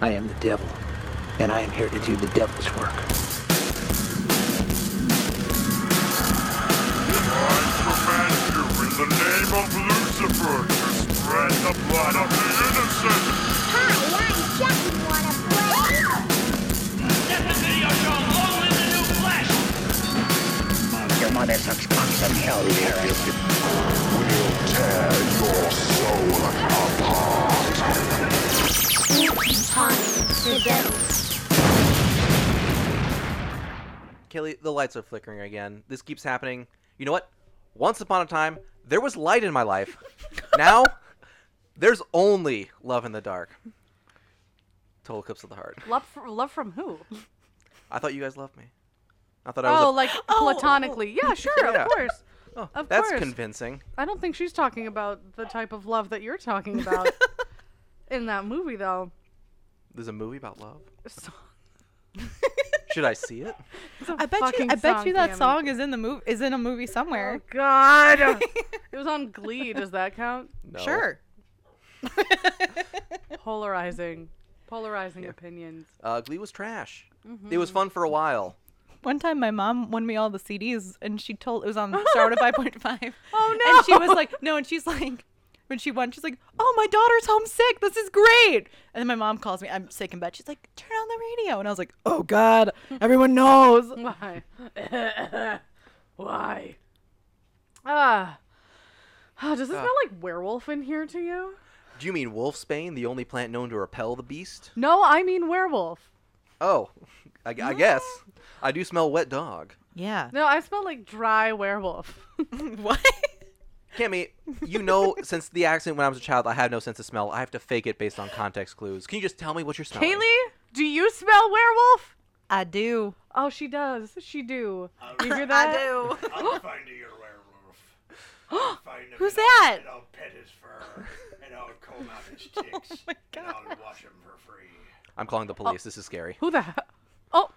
I am the devil, and I am here to do the devil's work. I command you in the name of Lucifer to spread the blood of the innocent. Deputy of your lonely new flesh! Your mother sucks cock from hell, Kelly, the lights are flickering again. This keeps happening. You know what? Once upon a time, there was light in my life. now, there's only love in the dark. Total Eclipse of the Heart. Love, fr- love from who? I thought you guys loved me. I thought I was. Oh, a- like platonically. Yeah, sure, Yeah. of course. Oh, of that's course. convincing. I don't think she's talking about the type of love that you're talking about in that movie, though. There's a movie about love. So- Should I see it? It's a I bet you. fucking I bet you that damn it. song is in the movie. Is in a movie Oh somewhere. God! it was on Glee. Does that count? No. Sure. Polarizing, polarizing opinions. Uh, Glee was trash. Mm-hmm. It was fun for a while. One time, my mom won me all the CDs, and she told it was on Started by Point Five. Oh, And she was no. like, no, and she's like, when she won, she's like, oh, my daughter's homesick. This is great. And then my mom calls me. I'm sick in bed. She's like, turn on the radio, and I was like, oh God, everyone knows. Why? Why? Ah. Ah, does it smell like werewolf in here to you? Do you mean wolfsbane, the only plant known to repel the beast? No, I mean werewolf. Oh, I, I guess. I do smell wet dog. Yeah. No, I smell like dry werewolf. what? Cammy, you know, since the accident when I was a child, I had no sense of smell. I have to fake it based on context clues. Can you just tell me what you're smelling? Kaylee, do you smell werewolf? I do. Oh, she does. She do. You hear that? do. I'll find you your werewolf. I'll find him Who's and I'll- that? And I'll pet his fur, and I'll comb out his ticks, and I'll wash him for free. I'm calling the Oh. police. This is scary. Who the hell? Oh,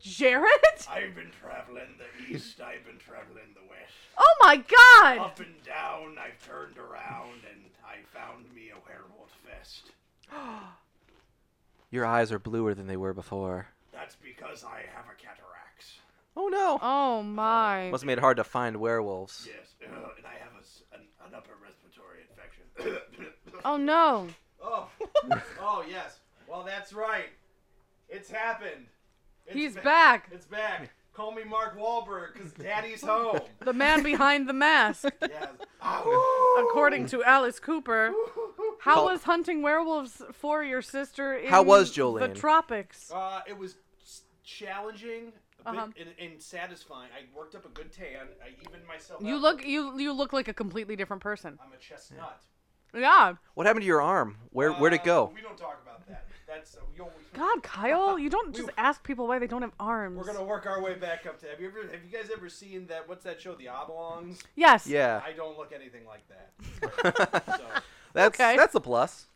Jared? I've been traveling the east, I've been traveling the west. Oh my God! Up and down, I've turned around, and I found me a werewolf vest. Your eyes are bluer than they were before. That's because I have a cataract. Oh no! Oh my. Must have made it hard to find werewolves. Yes, uh, and I have a s an, an upper respiratory infection. Oh no. oh, oh yes. Well, that's right. It's happened. It's He's ba- back. It's back. Call me Mark Wahlberg, cause Daddy's home. The man behind the mask, yes. Ow. according to Alice Cooper. How Call- was hunting werewolves for your sister in How was the Jolene? tropics? Uh, it was s- challenging, a bit, Uh-huh. and, and satisfying. I worked up a good tan. I evened myself. You out. look you you look like a completely different person. I'm a chestnut. Yeah. What happened to your arm? Where where'd it Uh, go? We don't talk about that. That's uh, you'll, God, Kyle, you don't just ask people why they don't have arms. We're gonna work our way back up to. Have you ever? Have you guys ever seen that? What's that show? The Oblongs. Yes. Yeah, I don't look anything like that. So, that's okay. that's a plus.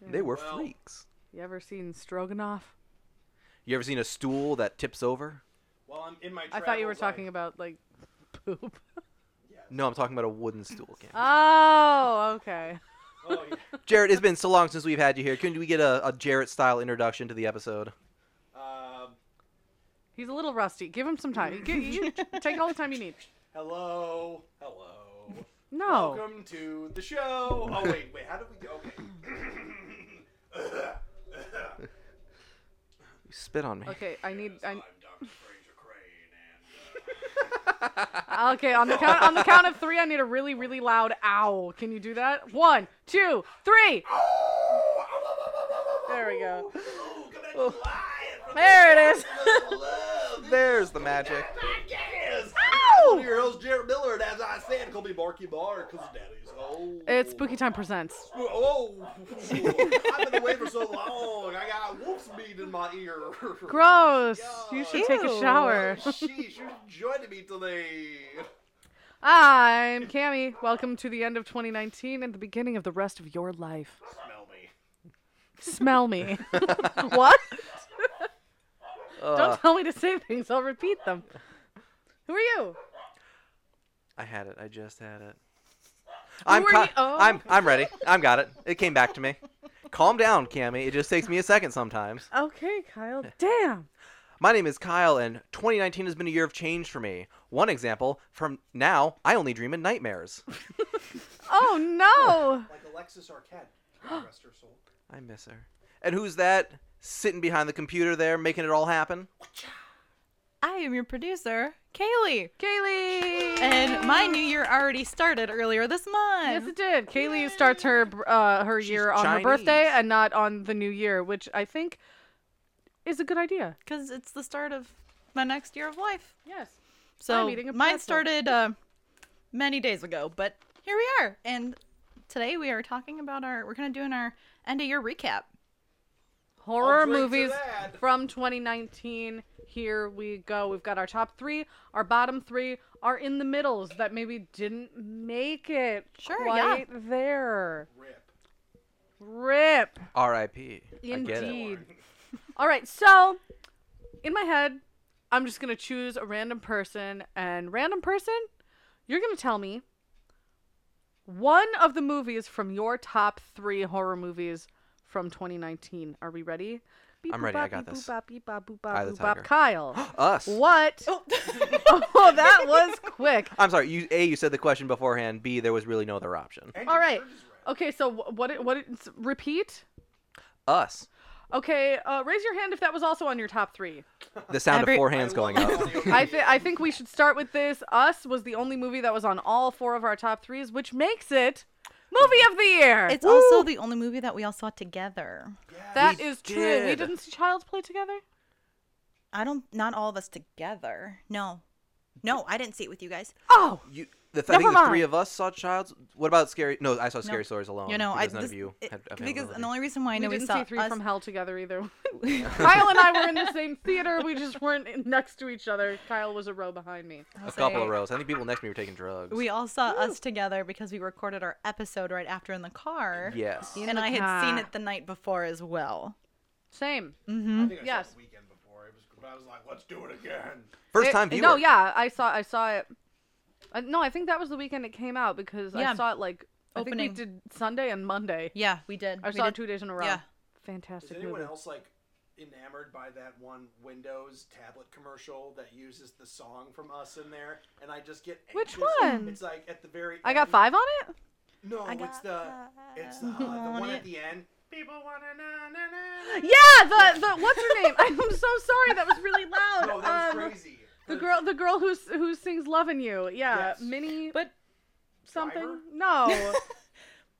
They were Mm, Well- freaks. You ever seen Stroganoff? You ever seen a stool that tips over? well, I'm in my. I thought you were travels, I- talking about like poop. No, I'm talking about a wooden stool. Cam. Uh, Oh, okay. Oh, yeah. Jarrett, uh, it's been so long since we've had you here. Can we get a, a Jarrett-style introduction to the episode? Uh, He's a little rusty. Give him some time. You, you take all the time you need. hello, hello. No. Welcome to the show. Oh wait, wait. How did we? Okay. You spit on me. Okay, I need. I, I'm Dr. Fraser Crane, and okay, on the count on the count of three, I need a really really loud ow. Can you do that? One, two, three. uh, There we go. There it is. There's the magic. Oh! uh, your host Jared Miller, and as I said, call me Marky Mark, cause Daddy's old. It's Spooky Time presents. Oh, I've been away for so long. I got wolf's meat in my ear. Gross. You should take a Ew. shower. Sheesh, you're joining me today. I'm Cammy. Welcome to the end of 2019 and the beginning of the rest of your life. Smell me. Smell me. what? Don't tell me to say things. I'll repeat them. Who are you? I had it. I just had it. I'm were ca- you- oh. I'm I'm ready. I'm got it. It came back to me. Calm down, Cammy. It just takes me a second sometimes. Okay, Kyle. Damn. My name is Kyle, and 2019 has been a year of change for me. One example from now, I only dream in nightmares. Oh no. Like Alexis Arquette. Rest her soul. I miss her. And who's that? Sitting behind the computer there, making it all happen? I am your producer, Kaylee. Kaylee. And my new year already started earlier this Yes, month. it did. Kaylee starts her br- uh, her She's year on Chinese. her birthday and not on the new year, which I think is a good idea. Because it's the start of my next year of life. Yes. So I'm eating a mine pretzel. started uh, many days ago, but here we are. And today we are talking about our, we're going to do an our end of year recap. Horror I'll drink to movies that. from 2019. Here we go. We've got our top three, our bottom three, our in the middles that maybe didn't make it Sure, yeah. quite there. Rip. Rip. R.I.P. I get it. Indeed. All right, so in my head, I'm just gonna choose a random person, and random person, you're gonna tell me one of the movies from your top three horror movies from 2019. Are we ready? Beep, I'm boop, ready, I bop, got beep, boop, this. bop, beep, bop, boop, Eye bop, of the boop, bop. tiger. Kyle, Us. what? Oh. that was quick. I'm sorry. You, A, you said the question beforehand. B, there was really no other option. And All your right. shirt is red. Okay, so wh- what? it- What? it- Repeat. Us. Okay, uh, raise your hand if that was also on your top three. The sound Every- of four hands going up. I, th- I think we should start with this. Us was the only movie that was on all four of our top threes, which makes it movie of the year. It's also the only movie that we all saw together. that We is true. We did. didn't see Child's Play together. I don't, not all of us together. No. No, I didn't see it with you guys. Oh, You, the th- I Never think the three mind. of us saw Child's. What about Scary? No, I saw Scary Stories alone. You know, I Oh, because just none of you it- had because availability. the only reason why I we know we, didn't saw see Three us, from Hell together either. Kyle and I were in the same theater. We just weren't in- next to each other. Kyle was a row behind me. a couple of rows. I think people next to me were taking drugs. we all saw us together because we recorded our episode right after in the car. yes. And I had seen car. it the night before as well. Same. I think I saw Hmm? Yes. it the weekend before. It was, but I was like, let's do it again. First It- time viewer. No, yeah, I saw. I saw it. Uh, no, I think that was the weekend it came out because Yeah. I saw it like I Opening. think we did Sunday and Monday. Yeah, we did. I we saw it did. two days in a row. Yeah. Is Fantastic anyone movie. else like enamored by that one Windows tablet commercial that uses the song from us in there? And I just get Which it's- one? It's like at the very. I got end- five on it. No, I it's got the it's the, uh, the on one it. at the end. People wanna na na na. na. Yeah, the the what's her name? I'm so sorry, that was really loud. No, Oh, that Um, was crazy. The girl, the girl who s- who sings "Loving You," yeah, Yes. Minnie But something. Driver? No,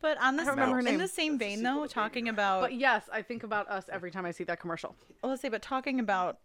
but on this don't remember her in name. the same That's a vein sequel though, to Baby talking Driver. about but yes, I think about us every time I see that commercial. well, let's say, but talking about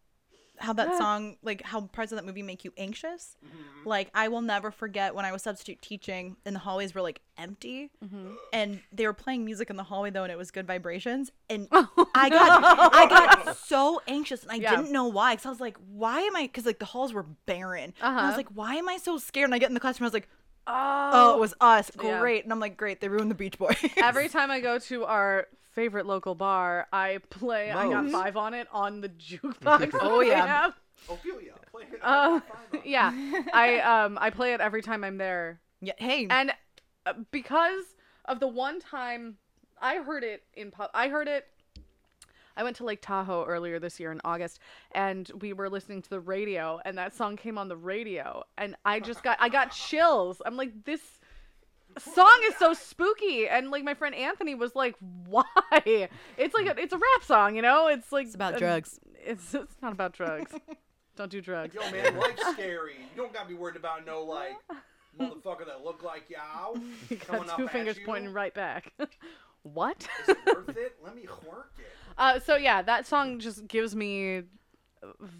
how that song, like how parts of that movie make you anxious. Mm-hmm. Like I will never forget when I was substitute teaching and the hallways were like empty, Mm-hmm. and they were playing music in the hallway though, and it was good vibrations, and I got I got so anxious, and I Oh, Yeah. didn't know why, because I was like, why am I? Because like the halls were barren, and I was Uh-huh. like, why am I so scared? And I get in the classroom, I was like, Oh, oh, it was us, Yeah. great, and I'm like, great, they ruined the Beach Boys. every time I go to our favorite local bar, I play "I Got Moe's. Five on It" on the jukebox. Oh, that they yeah. have. Ophelia, play it. Uh, Five on it. yeah. I um I play it every time I'm there. yeah, hey, and uh, because of the one time I heard it in pub, I heard it. I went to Lake Tahoe earlier this year in August, and we were listening to the radio, and that song came on the radio, and I just got I got chills. I'm like, this song is so spooky, and like my friend Anthony was like, why? It's like a, it's a rap song, you know? It's like it's about um, drugs. It's it's not about drugs. Don't do drugs. Yo, man, life's scary. You don't gotta be worried about no like motherfucker that look like y'all. You coming got up two at fingers you. pointing right back. what? Is it worth it? Let me work it. Uh, so yeah, that song just gives me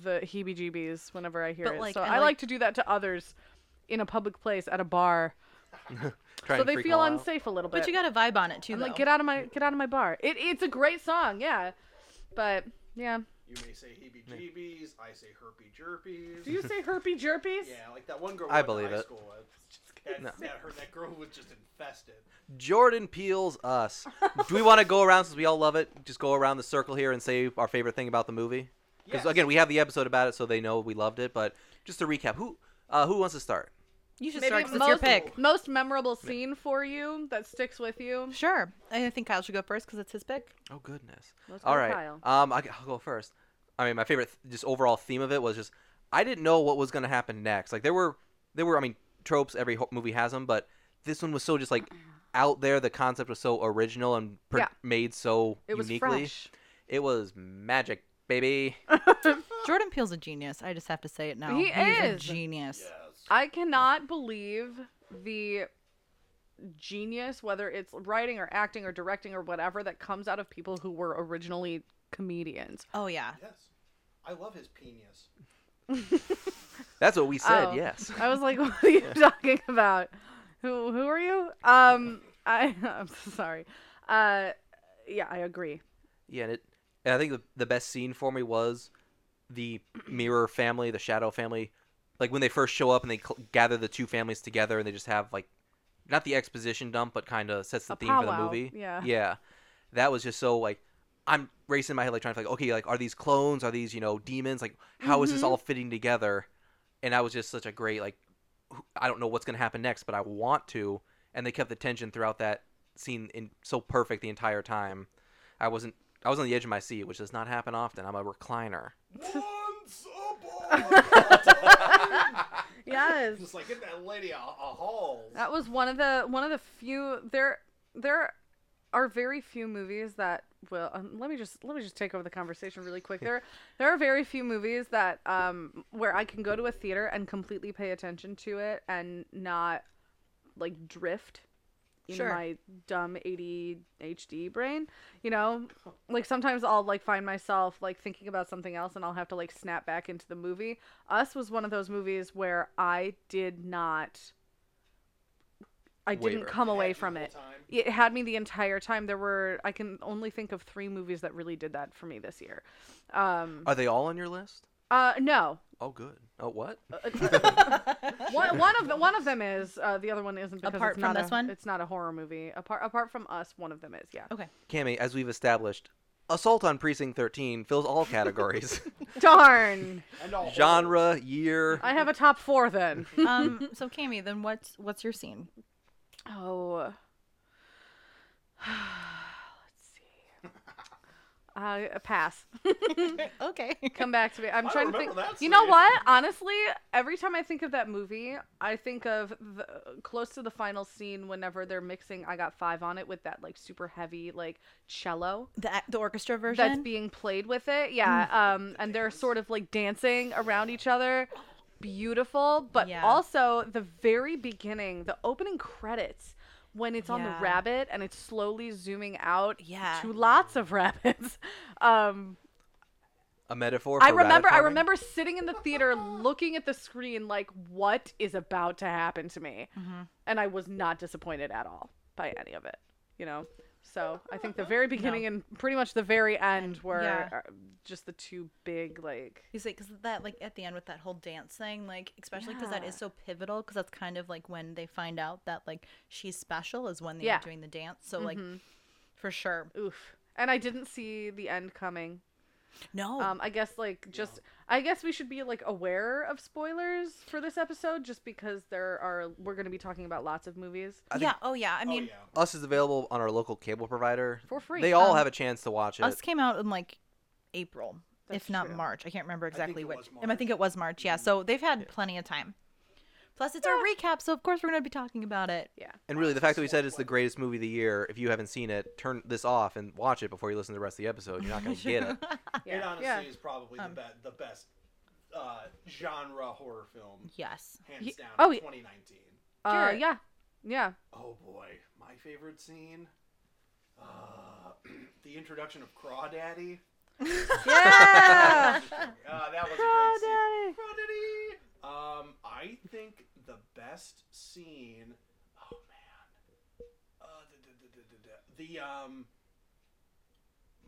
the heebie-jeebies whenever I hear But, it. like, so I I like, like- to do that to others in a public place at a bar, Trying to so they freak feel them all out. unsafe a little bit. But you got a vibe on it too. I'm like, though. get out of my get out of my bar. It it's a great song, yeah, but yeah. You may say heebie jeebies, I say herpy jerpies. Do you say herpy jerpies? Yeah, like that one girl. I went to believe high it. School, with. that, No. that, her, that girl was just infested. Jordan Peele's Us. Do we want to go around since we all love it? Just go around the circle here and say our favorite thing about the movie. Because Yes. again, we have the episode about it, so they know we loved it. But just to recap, who uh, who wants to start? You should Maybe start 'cause most, it's your pick. most memorable scene for you that sticks with you. Sure. I think Kyle should go first because it's his pick. Oh goodness. Let's go All with right. Kyle. Um, I, will go first. I mean, my favorite, th- just overall theme of it was just I didn't know what was gonna happen next. Like there were, there were. I mean, tropes. Every ho- movie has them, but this one was so just like out there. The concept was so original and pr- Yeah. made so It was uniquely. fresh. It was magic, baby. Jordan Peele's a genius. I just have to say it now. He He's a is. genius. I cannot believe the genius, whether it's writing or acting or directing or whatever, that comes out of people who were originally comedians. Oh yeah. Yes. I love his penis. That's what we said. Oh. Yes. I was like, "What are you talking about? Who who are you?" Um, I I'm sorry. Uh, yeah, I agree. Yeah, and it. And I think the, the best scene for me was the mirror family, the shadow family, like when they first show up and they cl- gather the two families together and they just have like, not the exposition dump, but kind of sets the A theme for the powwow, movie. yeah. Yeah, that was just so like, I'm racing my head like trying to like, okay, like are these clones? Are these you know demons? Like how is this all fitting together? And I was just such a great like, wh- I don't know what's gonna happen next, but I want to. And they kept the tension throughout that scene in so perfect the entire time. I wasn't I was on the edge of my seat, which does not happen often. I'm a recliner. Once upon Yes. Just like, get that lady a, a haul. That was one of the one of the few there there are very few movies that will um, let me just let me just take over the conversation really quick. There there are very few movies that um where I can go to a theater and completely pay attention to it and not like drift in Sure. my dumb ADHD brain, you know? Like sometimes I'll like find myself like thinking about something else and I'll have to like snap back into the movie. Us was one of those movies where I did not I Waver. didn't come away Had you from the it. whole time? It had me the entire time. There were I can only think of 3 movies that really did that for me this year. Um Are they all on your list? uh no. Oh, good. Oh, what? One, one of the, one of them is uh, the other one isn't because Apart it's from not this a, one? it's not a horror movie. Apart apart from us, one of them is. Yeah. Okay. Cammy, as we've established, Assault on Precinct 13 fills all categories: Darn. And all genre, year. I have a top 4 then. Um. so Cami, then what's what's your scene? Oh. Let's see. Uh, pass. Okay. Come back to me. I'm I trying to think. remember that you know scene. what? Honestly, every time I think of that movie, I think of the close to the final scene whenever they're mixing "I Got Five on It" with that like super heavy like cello. The the orchestra version. Mm. that's being played with it. Yeah. Um, and they're sort of like dancing around each other. Beautiful. But Yeah. also the very beginning, the opening credits, when it's on the Yeah. rabbit and it's slowly zooming out Yeah. to lots of rabbits. Um, A metaphor. For I remember I rabbit remember sitting in the theater looking at the screen like what is about to happen to me. Mm-hmm. And I was not disappointed at all by any of it, you know. So, I think the very beginning and pretty much the very end were yeah. uh, just the two big like He's like, because that, like, at the end with that whole dance thing, like, especially because that is Yeah. so pivotal, because that's kind of like when they find out that, like, she's special is when they're Yeah. doing the dance. So, like, for sure. oof. And I didn't see the end coming. Oh. No. Um I guess like just I guess we should be like aware of spoilers for this episode just because there are we're going to be talking about lots of movies. yeah. Oh, yeah. I Oh, mean, yeah. Us is available on our local cable provider For free. They all Um, have a chance to watch it. Us came out in, like, April, That's if not true. March. I can't remember exactly it what. was I think it was March. Yeah. So they've had plenty of time. Plus, it's our recap, so of course we're going to be talking about it. Yeah. and really, the fact that we said it's the greatest movie of the year. If you haven't seen it, turn this off and watch it before you listen to the rest of the episode. You're not going to get it. Yeah. It honestly yeah. Um, is probably the, be- the best uh, genre horror film, Yes. hands Ye- down, oh, of yeah. 2019. Uh, Garrett. yeah. Yeah. Oh boy, my favorite scene. Uh, the introduction of Crawdaddy. Yeah. Uh, that was Oh, a great scene. Crawdaddy. Um, I think the best scene. Oh man. Uh, the, the, the, the, the, um.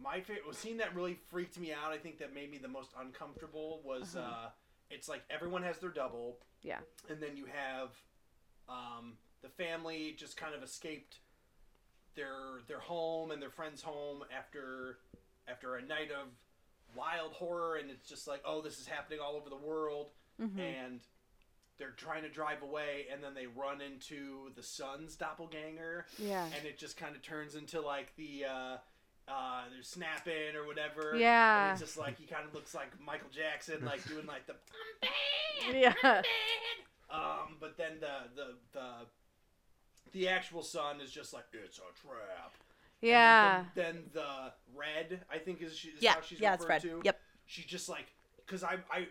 My favorite scene that really freaked me out. I think that made me the most uncomfortable was uh, it's like everyone has their double, yeah. and then you have um, the family just kind of escaped their their home and their friend's home after after a night of Mm-hmm. wild horror and it's just like oh this is happening all over the world and they're trying to drive away and then they run into the son's doppelganger Mm-hmm. Yeah. and it just kind of turns into like the uh uh they're snapping or whatever Yeah. and it's just like he kind of looks like michael jackson like doing like the Yeah. um but then the the the the actual son is just like it's a trap Yeah. and then, then the red i think is, she, is Yeah, how she's yeah, it's referred red. to Yep. she's just like because I, I it-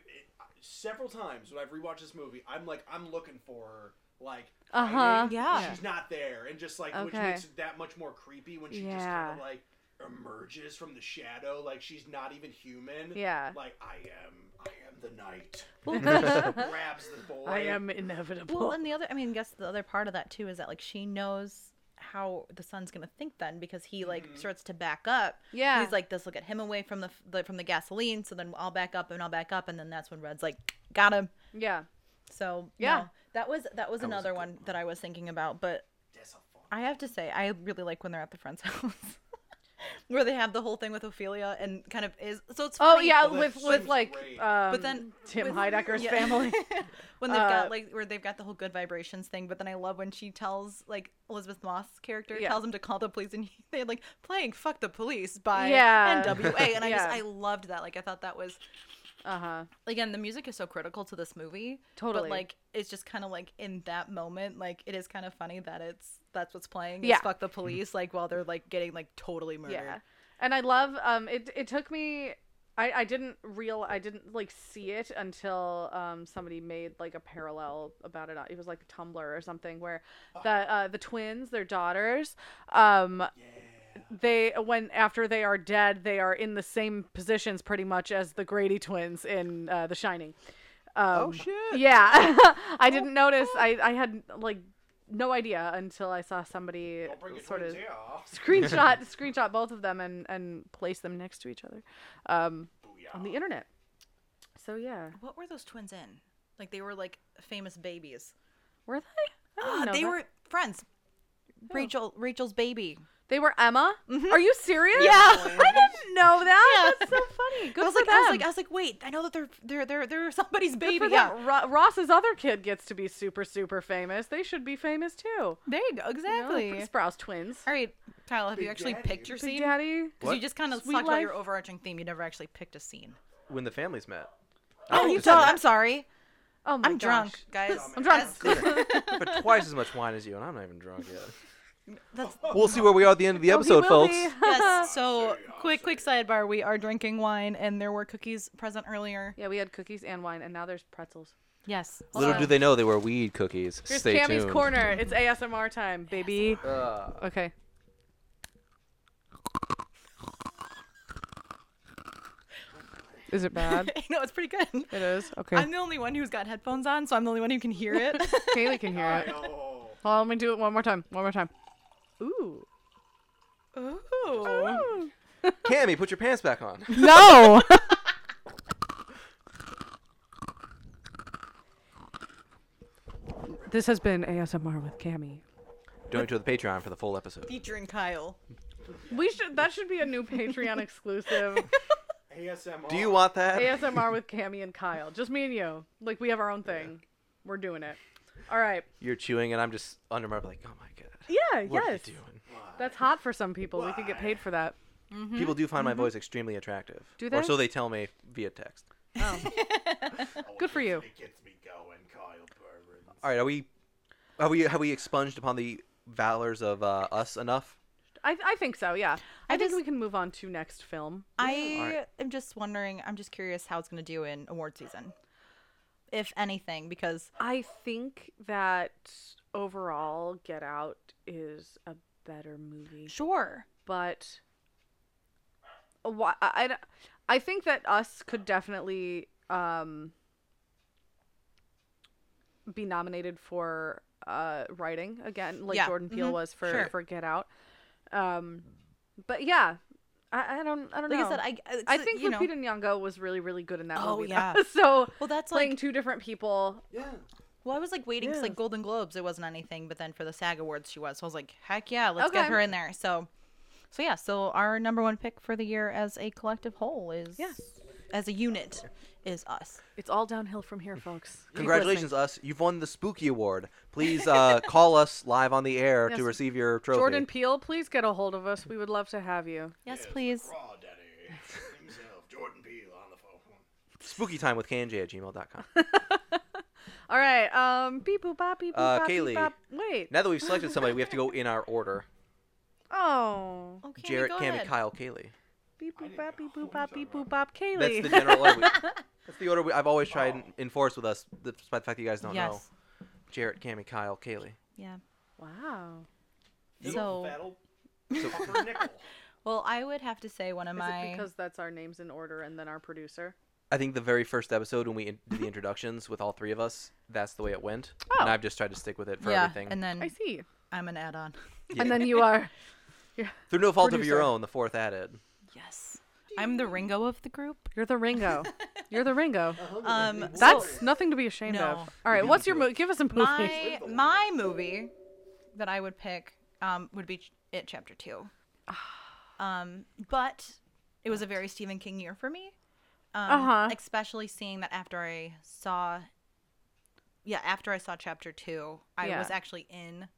several times when i've rewatched this movie i'm like i'm looking for her like Uh-huh. hiding, Yeah. and she's not there and just like which Okay. makes it that much more creepy when she just kind of Yeah. like emerges from the shadow like she's not even human Yeah. like i am i am the knight grabs the boy I am inevitable. Well, and the other, I mean, I guess the other part of that too is that like she knows how the son's gonna think then because he like starts to back up. Yeah. he's like, this will get him away from the, f- the from the gasoline. So then I'll back up and I'll back up, and then that's when Red's like, got him. yeah. So Yeah. no, that was that was another one that I was thinking about. But That's a fuck. I have to say, I really like when they're at the friend's house. Where they have the whole thing with Ophelia and kind of is so it's Oh funny- yeah, that with scene with was like great. um, But then Tim with- Heidecker's yeah. family. when they've Uh, got like where they've got the whole good vibrations thing but then i love when she tells like elizabeth moss character Yeah. tells him to call the police and he, they're like playing fuck the police by Yeah. nwa and i just Yeah. i loved that like i thought that was Uh huh. again the music is so critical to this movie Totally. but like it's just kind of like in that moment like it is kind of funny that it's that's what's playing is Yeah. fuck Mm-hmm. the police like while they're like getting like totally murdered Yeah. And I love um it it took me I, I didn't real I didn't like see it until um somebody made like a parallel about it. on- It was like Tumblr or something where the uh, the twins, their daughters, um they when after they are dead, they are in the same positions pretty much as the Grady twins in uh, The Shining. Um, oh shit. yeah. I didn't notice. I I had like no idea until I saw somebody Don't bring your sort of twins here. screenshot screenshot both of them and and place them next to each other um, on the internet. So yeah, what were those twins in like they were like famous babies were they? I didn't Ah, know they that. Oh. were friends rachel rachel's baby They were Emma. Are you serious? Mm-hmm. yeah I didn't know that. That's so funny. Good I was for like, them. I was like, I was like, wait, I know that they're they're they're they're somebody's Good baby. for yeah, them. Ro- Ross's other kid gets to be super super famous. They should be famous too. there you go, You know, the exactly. Sprouse twins. All right, Kyle, have Big you actually Daddy. picked your Big scene? Daddy. Because you just kind of Sweet talked about Life? your overarching theme. You never actually picked a scene. When the families met. Oh, you said I'm sorry. Oh my I'm gosh. drunk, guys. I'm drunk. That's, But twice as much wine as you, and I'm not even drunk yet. that's, We'll see where we are at the end of the Oh, he episode, will folks. be. yes. So, uh, quick, quick sidebar. We are drinking wine, and there were cookies present earlier. yeah, we had cookies and wine, and now there's pretzels. Yes. Little So- do they know they were weed cookies. Here's Stay Cammy's tuned. corner. It's ASMR time, baby. Okay. Is it bad? no, it's pretty good. it is. Okay. I'm the only one who's got headphones on, so I'm the only one who can hear it. Kaylee can hear it. Oh, Well, let me do it one more time. One more time. Ooh. Ooh. Cammy, put your pants back on. No. this has been ASMR with Cammy. Donate to the Patreon for the full episode. Featuring Kyle. We should. That should be a new Patreon exclusive. ASMR. Do you want that? ASMR with Cammy and Kyle. Just me and you. Like we have our own thing. We're doing it. All right. You're chewing, and I'm just under my like, oh my god. Yeah. What yes. are you doing? That's hot for some people. We could get paid for that. People do find my voice extremely attractive. Mm-hmm. Do Or they? so they tell me via text. Good for you. It gets me going, Kyle Burns. All right, are we, are we, have we expunged upon the valors of uh, us enough? I, I think so. Yeah. I, think just- we can move on to next film. I am just wondering. I'm just curious how it's going to do in award season, if anything, because I think that overall, Get Out is a better movie, sure, but why? I, I don't- I think that Us could definitely um, be nominated for uh, writing again, like Yeah. Jordan Peele Mhm. was for Sure. for Get Out. Um, but yeah, I, I don't I don't like know. I said, I it's- I think you know, Lupita Nyong'o was really really good in that Oh, movie. though. yeah. so well, that's playing like two different people. Yeah. well, I was like waiting 'cause, like Golden Globes, it wasn't anything, but then for the SAG Awards, she was. So I was like, heck yeah, let's get Okay. her in there. So, so yeah, so our number one pick for the year as a collective whole is Yes. as a unit is us. It's all downhill from here, folks. Keep Congratulations, listening. us. You've won the Spooky Award. Please uh, call us live on the air Yes. to receive your trophy. Jordan Peele, please get a hold of us. We would love to have you. Yes, please. Raw Daddy himself, Jordan Peele, on the phone. Spooky time with KNJ at gmail.com. All right. Um, beep boop bop, beep boop Uh, bop, beep, Kaylee. bop. Wait. now that we've selected somebody, we have to go in our order. Oh. Okay, Jarrett, go Cam, ahead. and Kyle, Kaylee. Beep boop bop, beep boop bop, beep boop bop. That's Kaylee. the general order. We, that's the order we, I've always tried and enforce with us, despite the fact that you guys don't know. Yes. Jarrett, Cam, and Kyle, Kaylee. Yeah. wow. So- Little fattle puffer nickel. Well, I would have to say one of Is my it because that's our names in order and then our producer? I think the very first episode when we in- did the introductions with all three of us, that's the way it went. And Oh. I've just tried to stick with it for yeah, everything. and then I see. I'm an add-on. And then you are. Through no fault of your Producer. own, the fourth added. Yes. I'm the Ringo of the group. You're the Ringo. You're the Ringo. Um, That's nothing to be ashamed No. of. All right. What's your movie? Give us a movie. my my movie that I would pick um, would be Ch- It Chapter Two. Um, but it was a very Stephen King year for me, um, Uh-huh. especially seeing that after I saw, yeah, after I saw Chapter Two, I Yeah. was actually in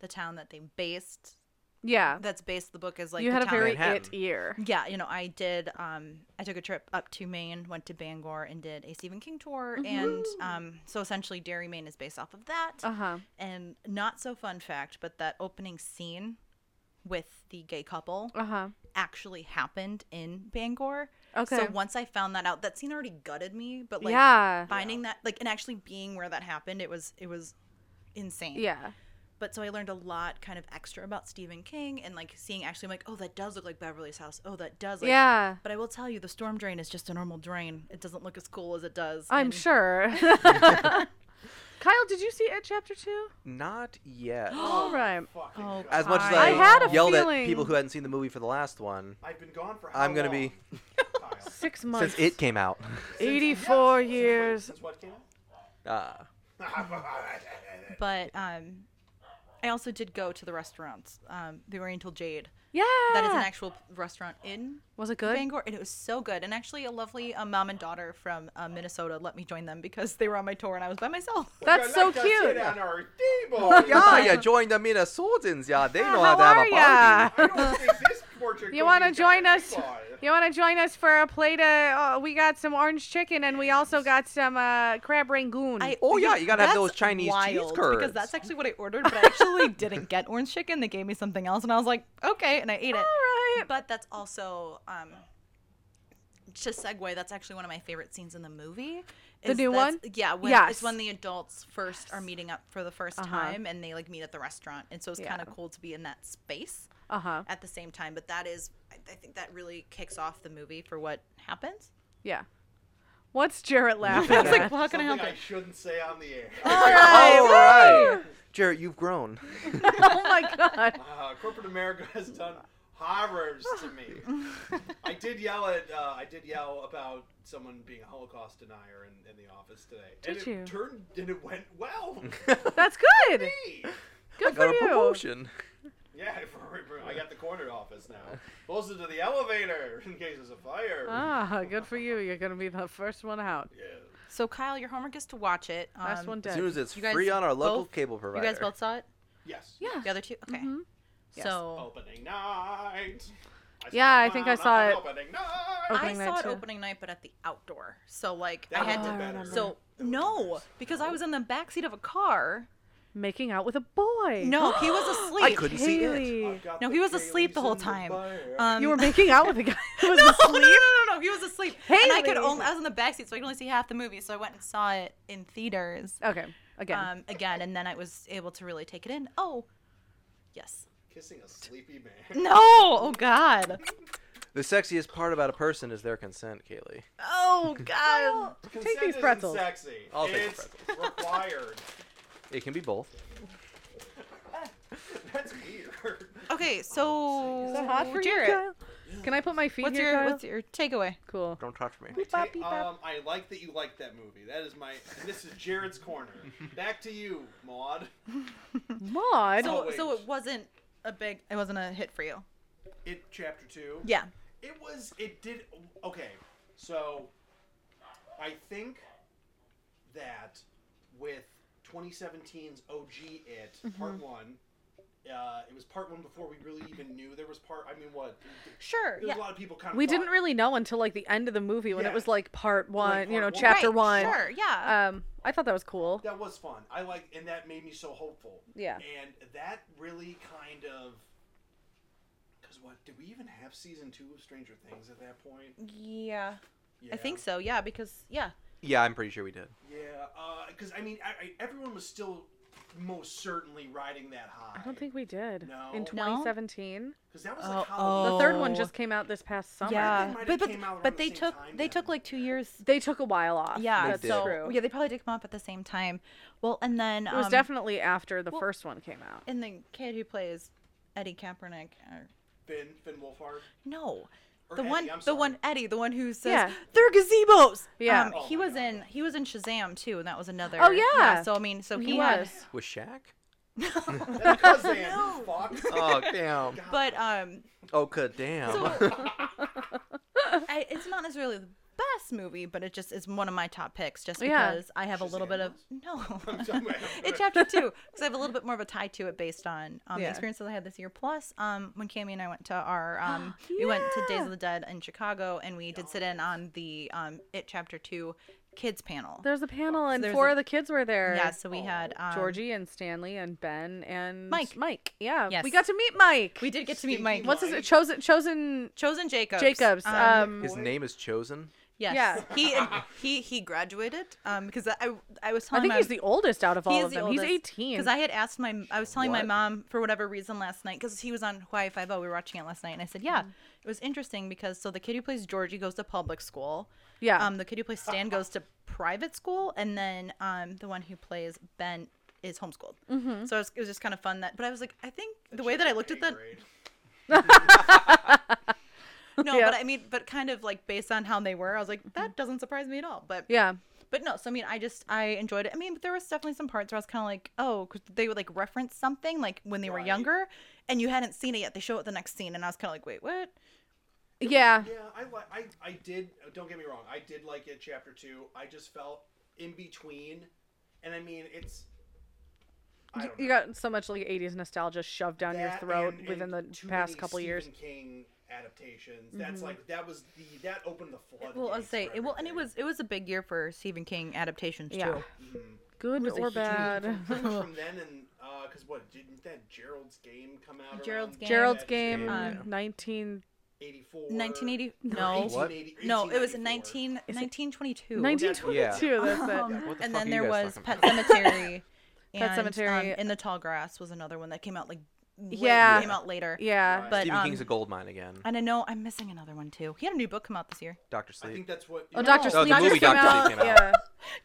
the town that they based. yeah. That's based. The book is like you the had a town very Manhattan. it year. yeah, you know, I did. Um, I took a trip up to Maine, went to Bangor, and did a Stephen King tour. Mm-hmm. And um, so essentially, Dairy Maine is based off of that. Uh huh. And not so fun fact, but that opening scene with the gay couple Uh huh. actually happened in Bangor. So Okay. once I found that out, that scene already gutted me. But like Yeah. finding that, like, and actually being where that happened, it was it was insane. Yeah. But so I learned a lot, kind of extra about Stephen King, and like seeing actually, I'm like, oh, that does look like Beverly's house. Oh, that does. Like, yeah. but I will tell you, the storm drain is just a normal drain. It doesn't look as cool as it does. I'm in- sure. Kyle, did you see it chapter two? Not yet. All right. Oh, as much as Kyle. I, I had a yelled at feeling- people who hadn't seen the movie for the last one, I've been gone for how I'm gonna long? be Kyle? Since- Six months. since it came out. Eighty-four years. Since what came out? Uh, But um, I also did go to the restaurants, um, the Oriental Jade. Yeah. That Ah. is an actual restaurant in Was it good? Bangor, and it was so good. And actually, a lovely uh, mom and daughter from uh, Minnesota let me join them because they were on my tour and I was by myself. That's so Like I sit cute. Oh on our table. yeah, you joined the Minnesotans. Yeah, they know how, How to have a are party. ya? I don't think this portrait You goes want to in join Jack us? Rebar. You want to join us for a plate of? Uh, we got some orange chicken, and we also got some uh, crab rangoon. I, Oh, yeah, you gotta have those that's Chinese cheese wild, curds. Because that's actually what I ordered, but I actually didn't get orange chicken. They gave me something else, and I was like, okay, and I ate it. All right. But that's also um to segue, that's actually one of my favorite scenes in the movie. The is new that's- one? Yeah, when, Yes. it's when the adults first are meeting up for the 1st time and they like meet at the restaurant. And so it's Yeah. kind of cool to be in that space Uh huh. at the same time. But that is I, I think that really kicks off the movie for what happens. Yeah. What's Jarrett laughing? at? Like, well, how can I help Something I it? shouldn't say on the air. All right. Jarrett, you've grown. oh my god. Uh, corporate America has done horrors to me. I did yell at uh, I did yell about someone being a Holocaust denier in, in the office today. and Did it you? turned and it went well. That's good. Hey! Good for Got a you. promotion. yeah, for, for- I got the cornered office now. Closer to the elevator in case there's a fire. Ah, good for you. You're gonna be the first one out. Yeah. So Kyle, your homework is to watch it. Um, Last one As dead. soon as it's you guys free on our local both- cable provider. You guys both saw it? Yes. yeah. The other two? Okay. Mm-hmm. Yes. So Opening night. I Yeah, saw I the think clown I saw on it. Opening night. Oh, I Opening night saw it too. opening night, but at the outdoor. So like That I had would've to. been better. So no, because I was in the backseat of a car. Making out with a boy. No, he was asleep. I couldn't see it. Kaylee. I've got No, the he was asleep Baileys the whole in time. fire. Um, You were making out with a guy who was no, no, no, asleep. no, no, he was asleep. And I could Haley. only I was in the backseat, so I could only see half the movie. So I went and saw it in theaters Okay. Again. um, again, and then I was able to really take it in. Oh, yes. Kissing a sleepy man. No. Oh God. The sexiest part about a person is their consent, Kaylee. Oh God. Consent these isn't pretzels. Sexy. I'll take the it's required. It can be both. That's weird. Okay, so Is that hot for Jarrett, you, Kyle? Can I put my feet What's here, your Kyle? what's your takeaway? Cool. Don't touch me. Beep, bop, Ta- beep, bop. um, I like that you like that movie. That is my. And this is Jared's corner. Back to you, Maud. Maud. Oh, So, wait. so it wasn't a big. It wasn't a hit for you. It chapter two. Yeah. It was. It did. Okay. So I think that with 2017's OG It Mm-hmm. Part One, uh, it was Part One before we really even knew there was Part. I mean, what? Sure. There was Yeah. a lot of people kind of. We didn't really know until like the end of the movie when Yeah. it was like part one, Like, you know, part one. chapter Right, one. Sure. Yeah. Um, I thought that was cool. That was fun. I like, and that made me so hopeful. Yeah. And that really kind of. Because what? Did we even have season two of Stranger Things at that point? Uh, yeah. Yeah. I think so. Yeah, because yeah. Yeah, I'm pretty sure we did. Yeah, because I mean, I, I, everyone was still most certainly riding that high. I don't think we did No. in No? 2017. because that was Oh, like oh. Halloween. The third one Oh. just came out this past summer. Yeah. might have But but, came out around but the they same took time they then. took like 2 years. They took a while off. Yeah, that's They so true. yeah, they probably took them off at the same time. Well, and then It was um, definitely after the well- first one came out. and the kid who plays Eddie Kaepernick. Or, Finn, Finn Wolfhard. no. Or the Eddie, one, I'm the sorry. one Eddie, the one who says Yeah. they're gazebos. Yeah. um, Oh he my was God. in he was in Shazam too, and that was another. Oh, yeah. so I mean, so he, He had- was. Was Shaq? Because they had Fox. Oh damn. But um, Oh good damn. so I, it's not necessarily the best movie, but it just is one of my top picks, just Yeah. because I have a little bit of no. sorry. in chapter two, because I have a little bit more of a tie to it based on um, Yeah. the experiences I had this year. Plus, um, when Cami and I went to our um, we went to Days of the Dead in Chicago, and we did sit in on the um, it chapter two kids panel. There's a panel, and there's four a- of the kids were there. Yeah, so we had um, Georgie and Stanley and Ben and Mike. Mike. Yeah. Yes. We got to meet Mike. We did get to meet Stinky Mike. Mike. What's his chosen chosen Chosen Jacobs. Jacobs? Um, His name is chosen. yes. yeah. He he he graduated. Um, because I I was I telling think him he's the oldest out of all of them. he's 18. Because I had asked my, I was telling my What? mom for whatever reason last night, because he was on Hawaii Five O. We were watching it last night, and I said, yeah, Mm. it was interesting because so the kid who plays Georgie goes to public school. Yeah. Um, the kid who plays Stan goes to private school, and then um, the one who plays Ben is homeschooled. Mm-hmm. So it was, it was just kind of fun that, but I was like, I think the way that I looked at that, no, Yeah. Mm-hmm. but I mean, but kind of like based on how they were, I was like, that doesn't surprise me at all. But yeah. but no, so I mean, I just I enjoyed it. I mean, there was definitely some parts where I was kind of like, oh, 'cause they would like reference something like when they were Right. younger, and you hadn't seen it yet. They show it the next scene, and I was kind of like, wait, what? Yeah. Yeah, I li- I I did. Don't get me wrong. I did like it. Chapter two. I just felt in between, and I mean, it's. I don't You know. got so much like 80s nostalgia shoved down your That throat and- within the and too past many couple years. Mm-hmm. Stephen King adaptations. That's like that was the that opened the flood. Well, I'll say it. Well, and it was it was a big year for Stephen King adaptations Yeah. too. Good was a or huge bad. from then and because what didn't that Gerald's Game come out? Gerald's around Game. Gerald's that game, Yeah. um, 19, 84, 1980? No. What? 1880 No, it was 1894. 19 1922. 1922. That's it. Um, What the fuck and then are you there guys was talking Pet about? Cemetery. and, Cemetery. Um, in the Tall Grass was another one that came out like way- Yeah. came out later. yeah. Right. But Stephen um, King's a gold mine again. and I know I'm missing another one too. He had a new book come out this year. Doctor I think Sleep. that's what. Oh, Doctor No, the Sleep. movie came Dr. Sleep came out. out. Yeah.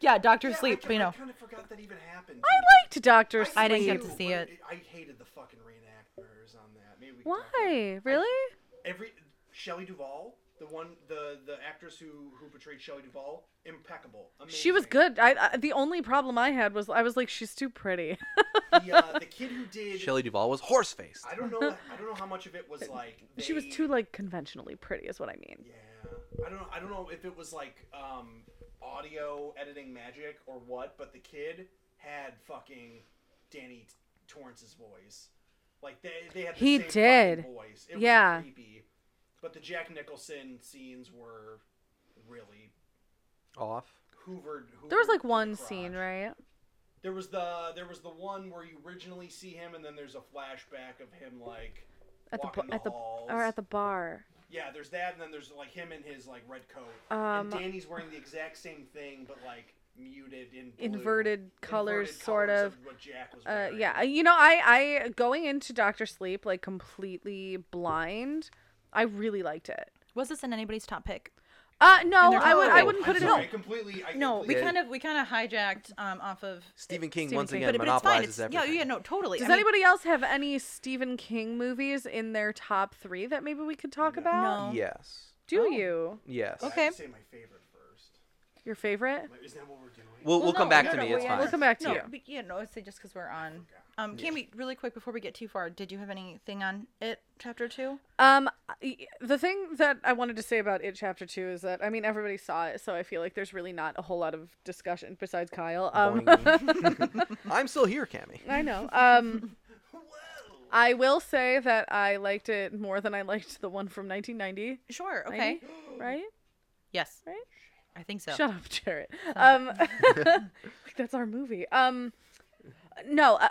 Yeah, Doctor Yeah, Sleep. I, you know. kind of forgot that even happened. I liked Doctor Sleep. I didn't get too, to see but it. I hated the fucking reenactors on that. Maybe we can talk about Why? it. Really? Every Shelley Duvall, the one, the the actress who who portrayed Shelley Duvall, impeccable. Amazing. She was good. I, I the only problem I had was I was like she's too pretty. The, uh, the kid who did. Shelley Duvall was horse faced. I don't know. I don't know how much of it was like. she was they- too like conventionally pretty is what I mean. Yeah, I don't know. I don't know if it was like um, audio editing magic or what, but the kid had fucking Danny Torrance's voice. Like they they had the He same did. fucking voice. It Yeah. was creepy. But the Jack Nicholson scenes were really Off. hoovered. hoovered There was to like the one crotch. scene, right? There was the there was the one where you originally see him, and then there's a flashback of him like At the, walking bu- at the halls. or at the bar. Yeah, there's that, and then there's like him in his like red coat, Um, and Danny's wearing the exact same thing, but like muted in blue. Inverted colors, sort colors of. what Jack was Uh, wearing. yeah, you know, I I going into Doctor Sleep like completely blind. I really liked it. Was this in anybody's top pick? Uh, no, they're I would I terrible. wouldn't I'm put it sorry, I in. completely. I No, we completely- Yeah. kind of we kind of hijacked um off of Stephen King Stephen once King. again but, but it's fine. monopolizes It's, yeah, everything. yeah, no, totally. Does I mean, anybody else have any Stephen King movies in their top three that maybe we could talk about? No. Yes. Do you? Yes. I have Okay. to say my favorite first. Your favorite? Isn't that what we're doing? We'll, we'll come no, back no, to no, me. well, It's yeah, fine. We'll come back to no, you. But, yeah, no, it's just because we're on. Um, Cammy, really quick before we get too far, did you have anything on it, chapter two? Um, I- the thing that I wanted to say about it, chapter two, is that I mean everybody saw it, so I feel like there's really not a whole lot of discussion besides Kyle. Um, Boing. I'm still here, Cammy. I know. Um, I will say that I liked it more than I liked the one from 1990. Sure. Okay. 90, right? Yes. Right? I think so. Shut up, Jarrett. Um, that's our movie. Um, no, I,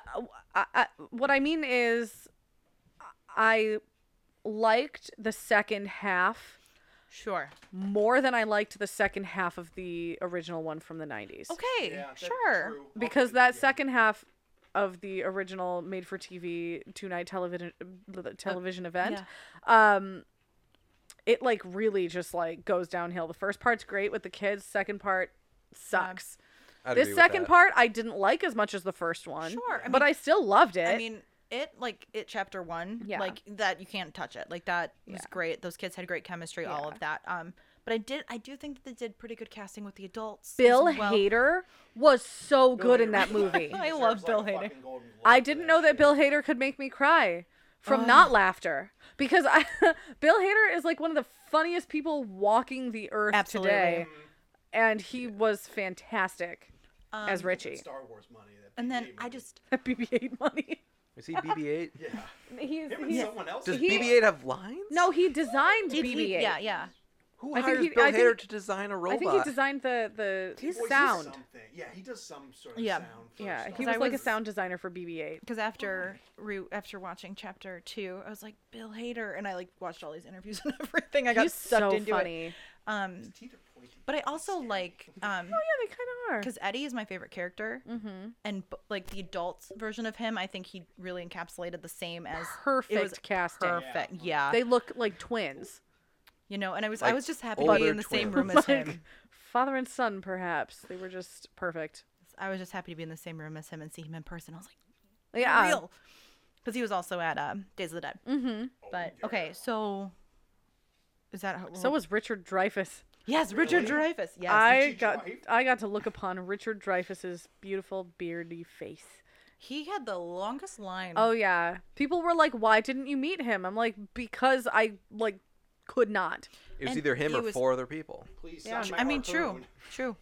I, I, what I mean is, I liked the second half Sure. more than I liked the second half of the original one from the 90s. Okay. Yeah, that's sure. true. I'll Because give it that to you. second half of the original made for TV two night television Uh, television event um it like really just like goes downhill. The first part's great with the kids, second part sucks. I'd agree This with second that. part I didn't like as much as the first one. Sure, I but I still loved it. I mean, it like it chapter one. Yeah. Like that you can't touch it. Like that was great. Those kids had great chemistry. All of that. Um, but I did. I do think that they did pretty good casting with the adults. as Bill well. Hader was so good in that Hader was movie. I Deserves, love like, Bill a Hader. fucking golden globe I for didn't know that shit. Bill Hader could make me cry from Oh. not laughter because I Bill Hader is like one of the funniest people walking the earth Absolutely. today, and he was fantastic Um, as Richie. Star Wars money. That And then PBA I money. just BB-8 money. Is he BB-8? Yeah. He's, Him and he's someone else. Does is- BB-8 have lines? no, he designed He- BB-8. he- Yeah, yeah. Who I think hires he- Bill I think- Hader to design a I robot? think he designed the the He voices sound. something. Yeah, he does some sort of Yeah. sound. for Yeah, Star he Wars. was like was- a sound designer for BB-8. Because after re- after watching chapter two, I was like Bill Hader, and I like watched all these interviews and everything. I got He's so sucked into it. funny. Um, Teeth are pointy. but I also like um Yeah, they kind of are. because Eddie is my favorite character, mm-hmm. and b- like the adults version of him, I think he really encapsulated the same as Perfect it was casting. Perfect, yeah. They look like twins. you know, and I was I Like was just happy to be older in the same twins. room Like, as him. father and son, perhaps. They were just perfect. I was just happy to be in the same room as him and see him in person. I was like, Yeah. real, because he was also at um, Days of the Dead. Mm-hmm. But okay, so is that how, So was Richard Dreyfuss. yes, Richard Dreyfuss. Yes, I Richard got Dreyfuss? I got to look upon Richard Dreyfuss's beautiful beardy face. He had the longest line. Oh yeah. People were like, "Why didn't you meet him?" I'm like, "Because I like could not." It was And either him he or was- four other people. Please Yeah, sign my I mean, true, harpoon. true.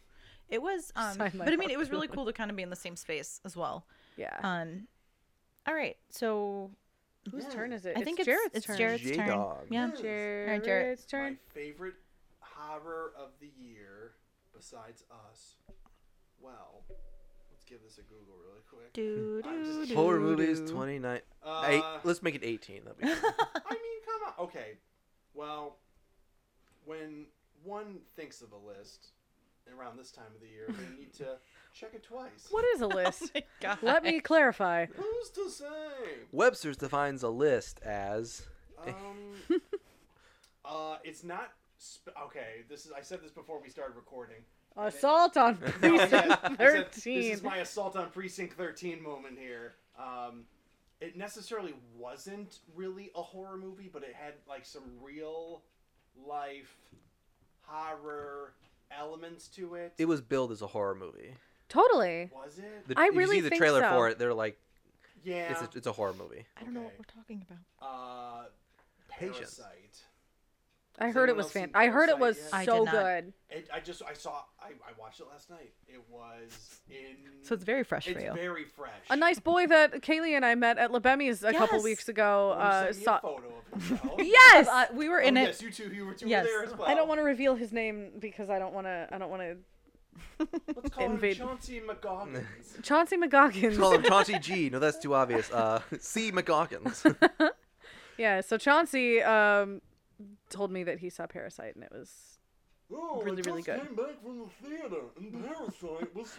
It was, um, Sign my but I mean, it was really cool to kind of be in the same space as well. Yeah. Um, all right, so Whose turn is it? I think it's Jared's it's turn. Jared's turn. J-Dog. Yeah, Yes. All right, Jared. Jared's turn. My favorite horror of the year, besides us. Well, let's give this a Google really quick. do, I'm do, just- do, Horror movies, do. 29. Uh, eight, let's make it 18. That'd be fine. I mean, come on. Okay. Well, when one thinks of a list around this time of the year, they need to check it twice. What is a list? God. Let me clarify. Who's to say? Webster's defines a list as Um, uh, it's not. Sp- okay, this is. I said this before we started recording. Assault on Yeah, precinct I said, This 13. is my assault on precinct thirteen moment here. Um, it necessarily wasn't really a horror movie, but it had like some real life horror elements to it. it was billed as a horror movie. Totally. was it? The, I if really you see the think trailer so. for it. They're like, yeah. it's a, it's a horror movie. I don't know what Okay. we're talking about. uh, Patience. Parasite. I Has heard it anyone was else seen fan. I heard it Parasite was yet? I so did not. good. It, I just I saw I, I watched it last night. It was in. So it's very fresh it's for you. very fresh. A nice boy that Kaylee and I met at Lebemmy's a couple Yes. weeks ago. He Uh, sent me saw. a photo of himself. Yes. Uh, we were Oh, in yes, it. you two, you were two Yes. were there as well. I don't want to reveal his name because I don't want to. I don't want to. Let's call invade- him Chauncey McGoggins. Chauncey McGoggins. Call him Chauncey G. No, that's too obvious. Uh, C. McGawkins. yeah. So Chauncey um, told me that he saw Parasite and it was. Oh, Really, really good. came back from the theater, and Parasite was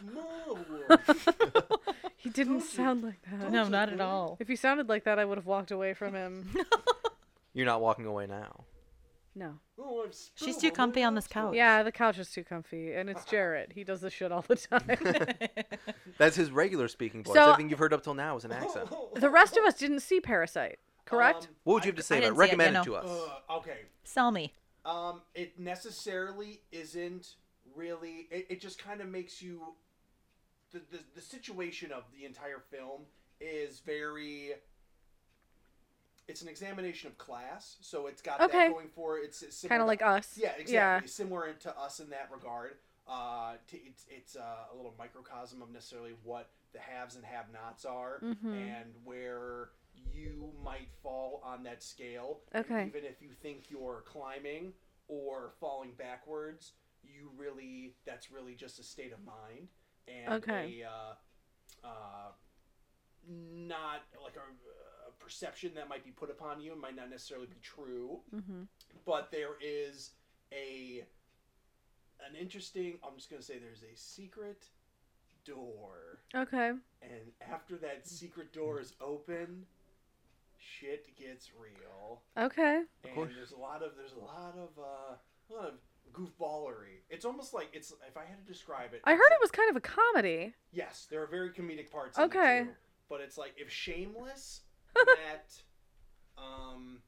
marvelous. He didn't sound like that. No, not at all. If he sounded like that, I would have walked away from him. You're not walking away now. no. oh, I've She's spilled too my comfy on this last Oh. couch. Yeah, the couch is too comfy, and Uh-huh. it's Jarrett. He does this shit all the time. That's his regular speaking voice. So- Everything you've heard up till now is an accent. the rest of us didn't see Parasite, correct? Um, What would you have to say I about it? didn't see it, Recommend yeah, it to us. uh, okay. Sell me. Um, it necessarily isn't really it, it just kind of makes you the, the the situation of the entire film is very it's an examination of class so it's got Okay. that going for it it's, it's Kind of similar to- like us. yeah exactly similar to us in that regard uh to, it's it's uh, a little microcosm of necessarily what the haves and have nots are Mhm. and where you might fall on that scale. And Okay. Even if you think you're climbing or falling backwards, you really that's really just a state of mind and Okay. a uh, uh, not like a, a perception that might be put upon you might not necessarily be true Mm-hmm. but there is a an interesting i'm just going to say there's a secret door Okay. and after that secret door is open shit gets real Okay. and course. there's a lot of there's a lot of uh a lot of goofballery it's almost like it's if i had to describe it I heard it's it was kind of a comedy. Yes, there are very comedic parts. in it, Okay. too. but it's like if Shameless met um,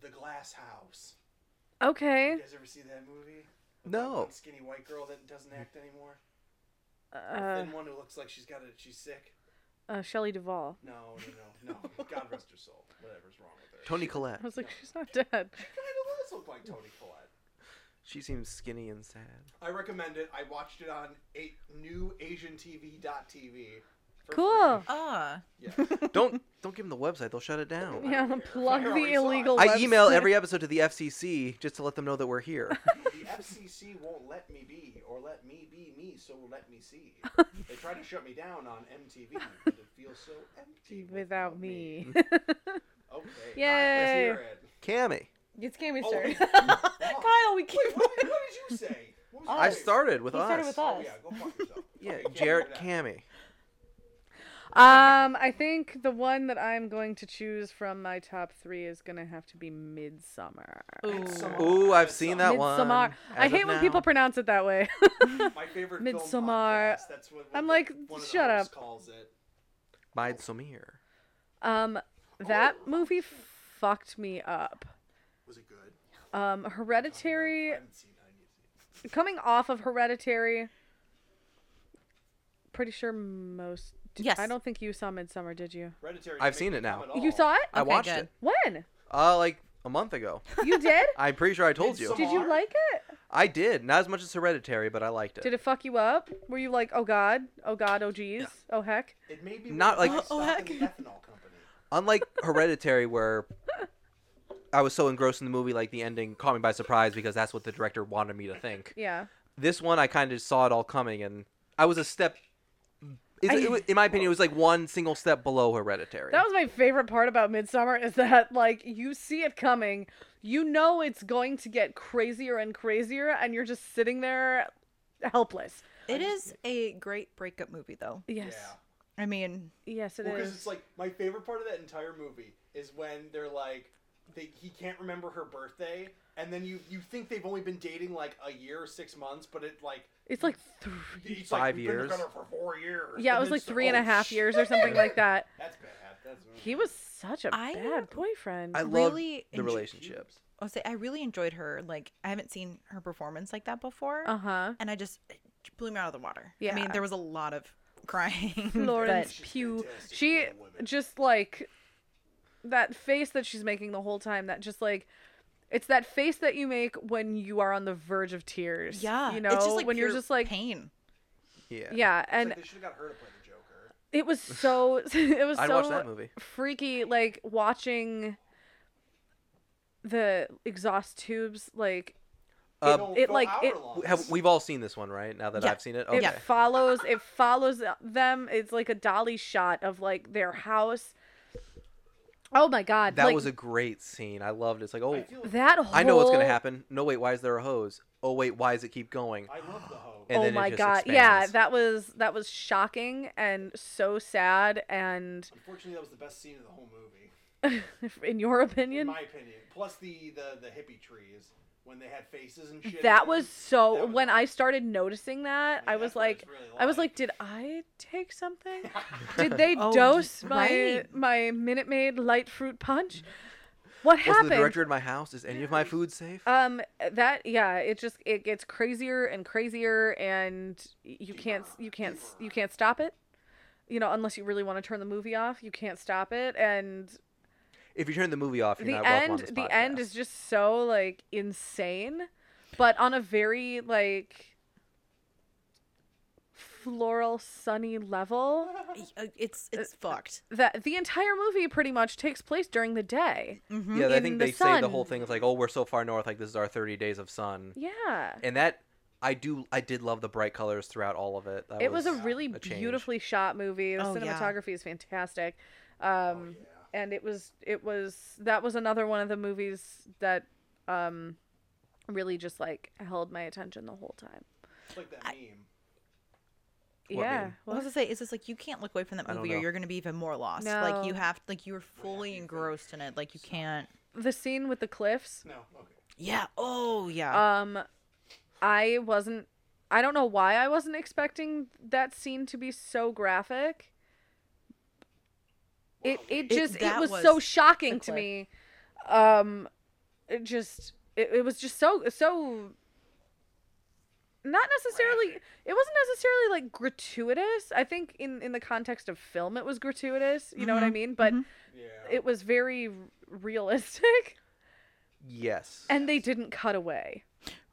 the Glass House. Okay. You guys ever see that movie? With that No. one skinny white girl that doesn't act anymore. Uh, and one who looks like she's got it. She's sick. uh, Shelley Duvall. No, no, no, no. God rest her soul. Whatever's wrong with her. Tony Collette. I was like, she's not dead. kind of does look like Tony Collette. She seems skinny and sad. I recommend it. I watched it on a new AsianTV.tv. for Cool. free. Ah, Yeah. Don't don't give them the website. They'll shut it down. Yeah, care. I plug already the saw it. illegal. I email website. every episode to the FCC just to let them know that we're here. the FCC won't let me be, or let me be me, so let me see. they tried to shut me down on MTV, but it feels so empty without me. Okay. Yay. All right, let's hear it. Cammy, it's Cammy Oh, story. wait. Kyle, we keep. Wait, what, what did you say? What was Oh. your I name? started with He us. started with us. Oh yeah, go fuck yourself. Yeah, Okay, Jarrett can't do Cammy. Um, I think the one that I'm going to choose from my top three is going to have to be Midsummer. Ooh. Ooh, I've seen that one. Midsommar. As I of hate when now. people pronounce it that way. that. My favorite film Midsommar. podcast, That's what I'm what like, one of the shut hosts up. Calls it. Midsommar. um, that movie fucked me up. Was it good? Um, Hereditary. I haven't seen it. I need to see it. coming off of Hereditary, pretty sure most. d- Yes. I don't think you saw Midsummer, did you? Hereditary I've didn't seen make it me come now. at all. You saw it? I Okay, watched good. it When? uh, like a month ago. You did? I'm pretty sure I told you. did you Midsommar? like it? I did. Not as much as Hereditary, but I liked it. Did it fuck you up? Were you like, oh god, oh god, oh geez, oh heck? It made me Not want like- to Oh, stop in heck. the ethanol company. Unlike Hereditary, where I was so engrossed in the movie, like the ending caught me by surprise because that's what the director wanted me to think. Yeah. This one, I kind of saw it all coming, and I was a step. It's, I- it, was- in my opinion, it was like one single step below Hereditary. That was my favorite part about Midsummer is that like you see it coming, you know it's going to get crazier and crazier, and you're just sitting there helpless. It is a great breakup movie, though. Yes. Yeah. I mean, Yes, it is. Well, because it's like my favorite part of that entire movie is when they're like, they, he can't remember her birthday, and then you you think they've only been dating like a year or six months, but it like it's like three. it's Five like, we've been years. together for four years. Yeah, it And was like it's- three and a oh, half shit, years or something like that. That's bad. That's He was such a I- bad boyfriend. I loved really the enjoy- relationship. I'll say I really enjoyed her. Like, I haven't seen her performance like that before, Uh huh. and I just it blew me out of the water. I Yeah. mean, there was a lot of crying. Mm, Florence but Pugh. fantastic She little woman. just like that face that she's making the whole time. That just like it's that face that you make when you are on the verge of tears. yeah, you know, it's just like when you're pure just like pain. Yeah. yeah, and Like, they should have got her to play the Joker. it was so it was I'd so watch that movie. freaky like watching the exhaust tubes like Uh, They don't it, go like, it- hour-longs. Have, we've all seen this one, right? Now that Yeah. I've seen it, okay. it follows it follows them it's like a dolly shot of like their house oh my god That like, was a great scene. I loved it. It's like, oh, I feel that whole I know what's gonna happen. No, wait, why is there a hose? Oh, wait, why does it keep going? I love the hoe. And oh then it my just god yeah expands. that was that was shocking and so sad and Unfortunately, that was the best scene of the whole movie, in your in opinion my opinion. Plus the the the hippie trees when they had faces and shit. that was so That was- when i started noticing that Yeah, i was that's what like it's really i was like. like did i take something did they Oh, dose my right. Mm-hmm. my minute maid light fruit punch What Was happened? the director at my house? Is any of my food safe? Um, that yeah, it just it gets crazier and crazier, and y- you can't you can't you can't stop it. You know, unless you really want to turn the movie off, you can't stop it. And if you turn the movie off, you're the not welcome on end this the end podcast. is just so like insane, but on a very like floral sunny level Uh, It's it's fucked. that the entire movie pretty much takes place during the day. mm-hmm. Yeah, I in think the they say the whole sun. thing is like, oh, we're so far north, like this is our 30 days of sun, Yeah. and that I do, I did love the bright colors throughout all of it. That it was, a was really change. beautifully shot movie. The Oh, yeah. cinematography is fantastic. Oh, Um, And it was, it was, that was another one of the movies that um, really just like held my attention the whole time. It's like that meme. What yeah. meme? Well, What was I say? Is this like you can't look away from that I don't movie, or know. you're gonna be even more lost. Like you No. have, like you were fully engrossed in it. Like you can't. the scene with the cliffs. No, okay. Yeah. Oh yeah. Um, I wasn't, I don't know why I wasn't expecting that scene to be so graphic. It, it just it, that was, was so the shocking to cliff. me. Um, it just it, it was just so so not necessarily it wasn't necessarily like gratuitous. I think in in the context of film it was gratuitous, you know Mm-hmm. what I mean? But Yeah. it was very r- realistic Yes, and they didn't cut away.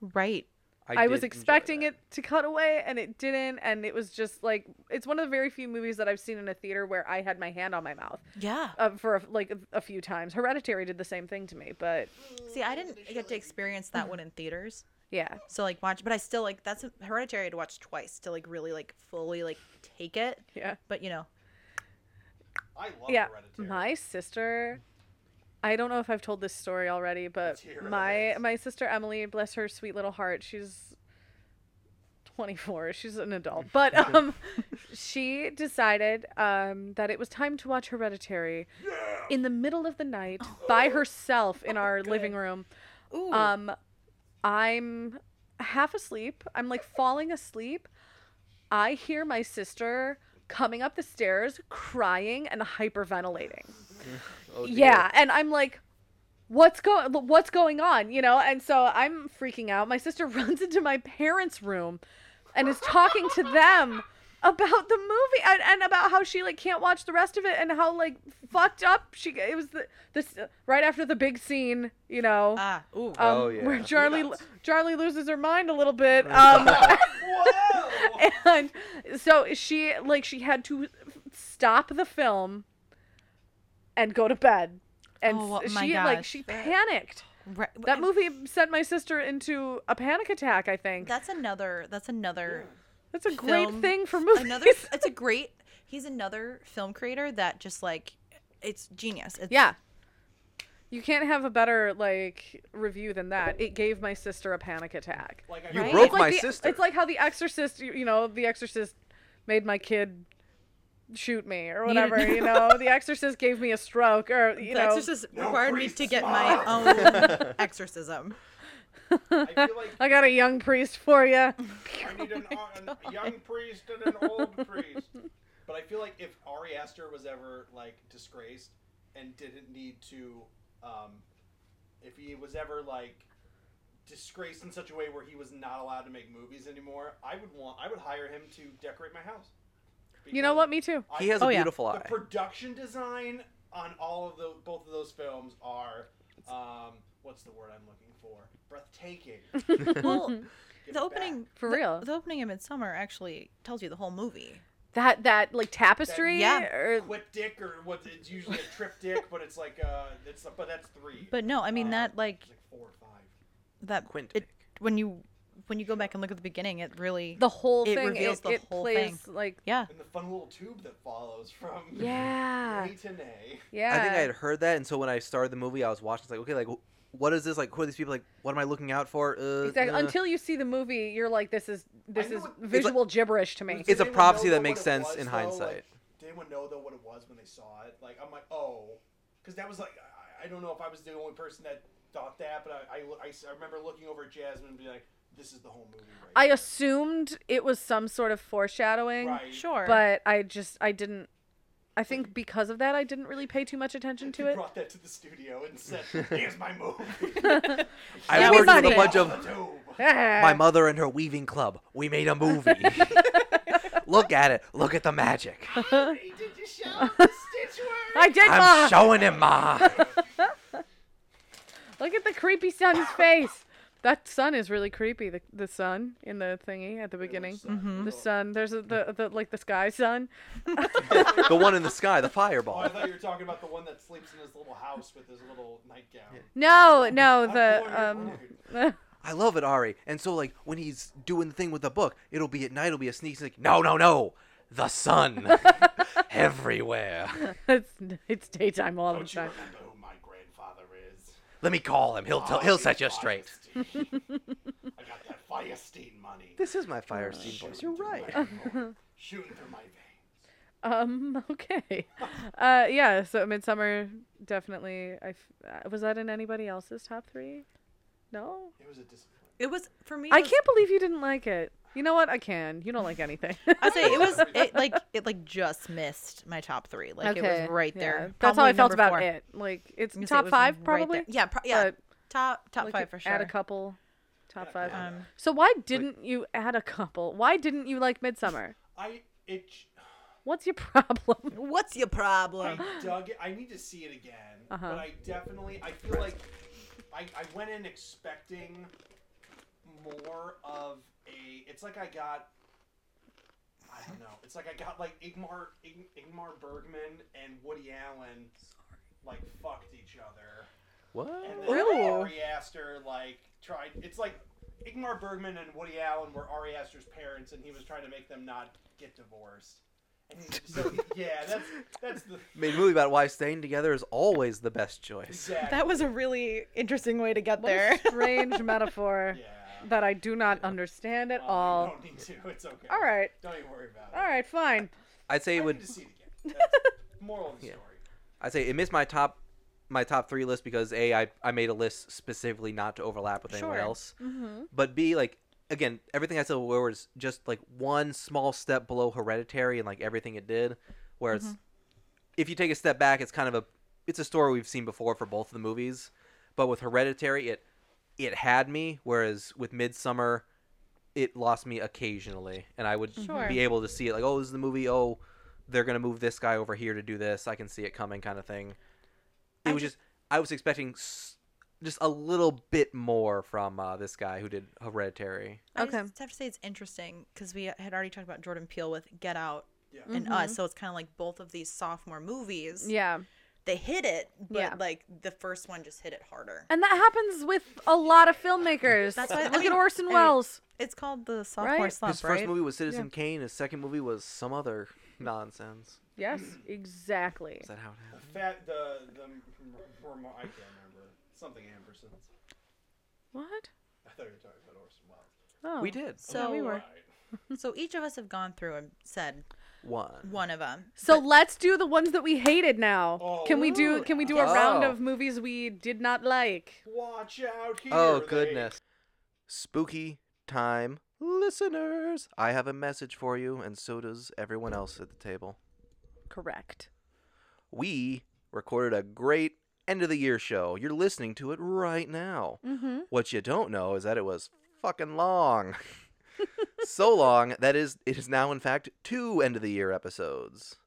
right. I, was did enjoy expecting that. it to cut away and it didn't and it was just like it's one of the very few movies that I've seen in a theater where I had my hand on my mouth Yeah. uh, for a, like a, a few times. Hereditary did the same thing to me, but See, I didn't get to experience that one in theaters. yeah. So like watch, but I still like that's a, Hereditary. I'd watch twice to like really like fully like take it. Yeah. But you know, I love yeah Hereditary. my sister i don't know if i've told this story already but hear it. my my sister emily bless her sweet little heart she's 24 she's an adult but um she decided um that it was time to watch hereditary in the middle of the night by herself in our living room um i'm half asleep i'm like falling asleep I hear my sister coming up the stairs crying and hyperventilating. yeah, and I'm like what's going what's going on, you know? And so I'm freaking out. My sister runs into my parents' room and is talking to them about the movie and, and about how she like can't watch the rest of it and how like fucked up she it was the this right after the big scene, you know. ah, ooh, um, oh, yeah. Where Charlie Charlie loses her mind a little bit. Um, Whoa! and so she like she had to stop the film and go to bed and Oh, s- my she like gosh. she panicked right. that movie sent my sister into a panic attack i think That's another. That's another. that's a great film- thing for movies Another. It's a great. He's another film creator that just like, it's genius. It's, yeah you can't have a better like review than that it gave my sister a panic attack Like I You Right? broke it's like my the, sister. it's like how the exorcist you, you know the exorcist made my kid shoot me or Needed- whatever you know the exorcist gave me a stroke or you The know exorcist required me to get my own exorcism. I feel like I got a young priest for you. I need an, uh, an, a young priest and an old priest. But I feel like if Ari Aster was ever like disgraced and didn't need to, um, if he was ever like disgraced in such a way where he was not allowed to make movies anymore, I would want I would hire him to decorate my house. You know what? Me too. Because He has Oh, a yeah. beautiful the eye. production design on all of the both of those films are, um, what's the word I'm looking for? Breathtaking. Give Well, it the back. opening For the- real. The opening of Midsummer actually tells you the whole movie. That that like tapestry. That- yeah. Or, quiptic or what it's usually a triptych, but it's like uh it's but that's three. But no, I mean Uh, that like it's like four or five. that Quint it, pick. when you when you go back and look at the beginning, it really the whole It thing. reveals it, the it whole plays thing. like. yeah. And the fun little tube that follows from Yeah. A to Nay. Yeah. I think I had heard that, and so when I started the movie, I was watching. It's like, okay, like, wh- what is this? Like, who are these people? Like, what am I looking out for? Uh, Exactly. uh. Until you see the movie, you're like, this is this I knew is it- it's like- visual gibberish to me. Did It's a anyone prophecy know, that though, makes what it sense was, in though? hindsight. Like, did anyone know though what it was when they saw it? Like I'm like, oh, because that was like I, I don't know if I was the only person that thought that, but I, I, I s- I remember looking over at Jasmine and being like, this is the whole movie. Right I here. assumed it was some sort of foreshadowing, Right. Sure. but I just I didn't I think because of that, I didn't really pay too much attention to He it. brought that to the studio and said, "Here's my move." I Yeah, we worked with a might bunch Follow of the tube. my mother and her weaving club. We made a movie. Look at it. Look at the magic. Hey, Did you show him the stitch work? I did, Ma. I'm showing him, Ma. Look at the creepy sun's face. That sun is really creepy. The the sun in the thingy at the beginning. The sun. There's a, the the like the sky sun. the one in the sky, the Oh, I fireball. thought you were talking about the one that sleeps in his little house with his little nightgown. No, no, I'm the bored, um. bored. I love it, Ari. And so, like, when he's doing the thing with the book, it'll be at night, it'll be a sneak. He's like, no, no, no. The sun everywhere. It's it's daytime all the Don't you time. remember who my grandfather is? Let me call him. He'll tell, he'll set you straight. Firestein. I got that Firestein money. This is my fire scene voice. You're right. Shooting through my veins. Um. Okay. Uh. Yeah. So Midsummer definitely. I f- uh, was that in anybody else's top three? No. It was a disappointment. It was for me. I it was- can't believe you didn't like it. You know what? I can. You don't like anything. I say it was it like it like just missed my top three. Like it was right yeah. there. That's how I Probably felt number about four. it. Like it's I'm gonna say it top was five right probably. there. Yeah, pro- yeah. but, top top like, five for sure. Add a couple. Top five. Um, so why didn't you add a couple? Why didn't you like Midsummer? I it. j- What's your problem? What's your problem? I dug it. I need to see it again. Uh-huh. But I definitely, I feel like I, I went in expecting more of a. It's like I got. I don't know. It's like I got like Igmar, Ig, Igmar Bergman and Woody Allen, like fucked each other, and What? then Ooh. Ari Aster like tried. It's like Igmar Bergman and Woody Allen were Ari Aster's parents, and he was trying to make them not get divorced. And he- so yeah, that's that's the Made a movie about why staying together is always the best choice. exact That was a really interesting way to get What there. a strange metaphor Yeah. that I do not understand at Um, all. You don't need to. It's okay. All right. Don't even worry about it. All right, fine. I'd say I it would. need to see it again. That's moral of the Yeah. story. I say it missed my top my top three list because a I, I made a list specifically not to overlap with anyone Sure. else, Mm-hmm. but b like again everything I said before was just like one small step below Hereditary and like everything it did, where it's Mm-hmm. if you take a step back it's kind of a it's a story we've seen before for both of the movies, but with Hereditary it it had me whereas with Midsummer it lost me occasionally and I would Sure. be able to see it like oh this is the movie oh they're gonna move this guy over here to do this. I can see it coming, kind of thing. It I was just- just I was expecting s- just a little bit more from uh, this guy who did Hereditary. Okay. I just have to say it's interesting because we had already talked about Jordan Peele with Get Out Yeah. and Us, so it's kind of like both of these sophomore movies. Yeah. they hit it, but Yeah. like the first one just hit it harder. And that happens with a lot of filmmakers. That's why- I Look mean, at Orson I- Welles. It's called the sophomore Right? slump, his first right? movie was Citizen Kane. His second movie was some other nonsense. Yes, Mm. exactly. Is that how it happened? Fat the the m- m- m- I can't remember something Ambersons. What? I thought you were talking about Orson Welles. Oh. We did So, we were. All right. so each of us have gone through and said one. one of them. So let's do the ones that we hated now. Oh, can we do can we do a yeah. round Oh. of movies we did not like? Watch out here. Oh they- goodness! Spooky time, listeners. I have a message for you, and so does everyone else at the table. Correct. we recorded a great end of the year show. You're listening to it right now. What you don't know is that it was fucking long. so long that is it is now in fact two end of the year episodes.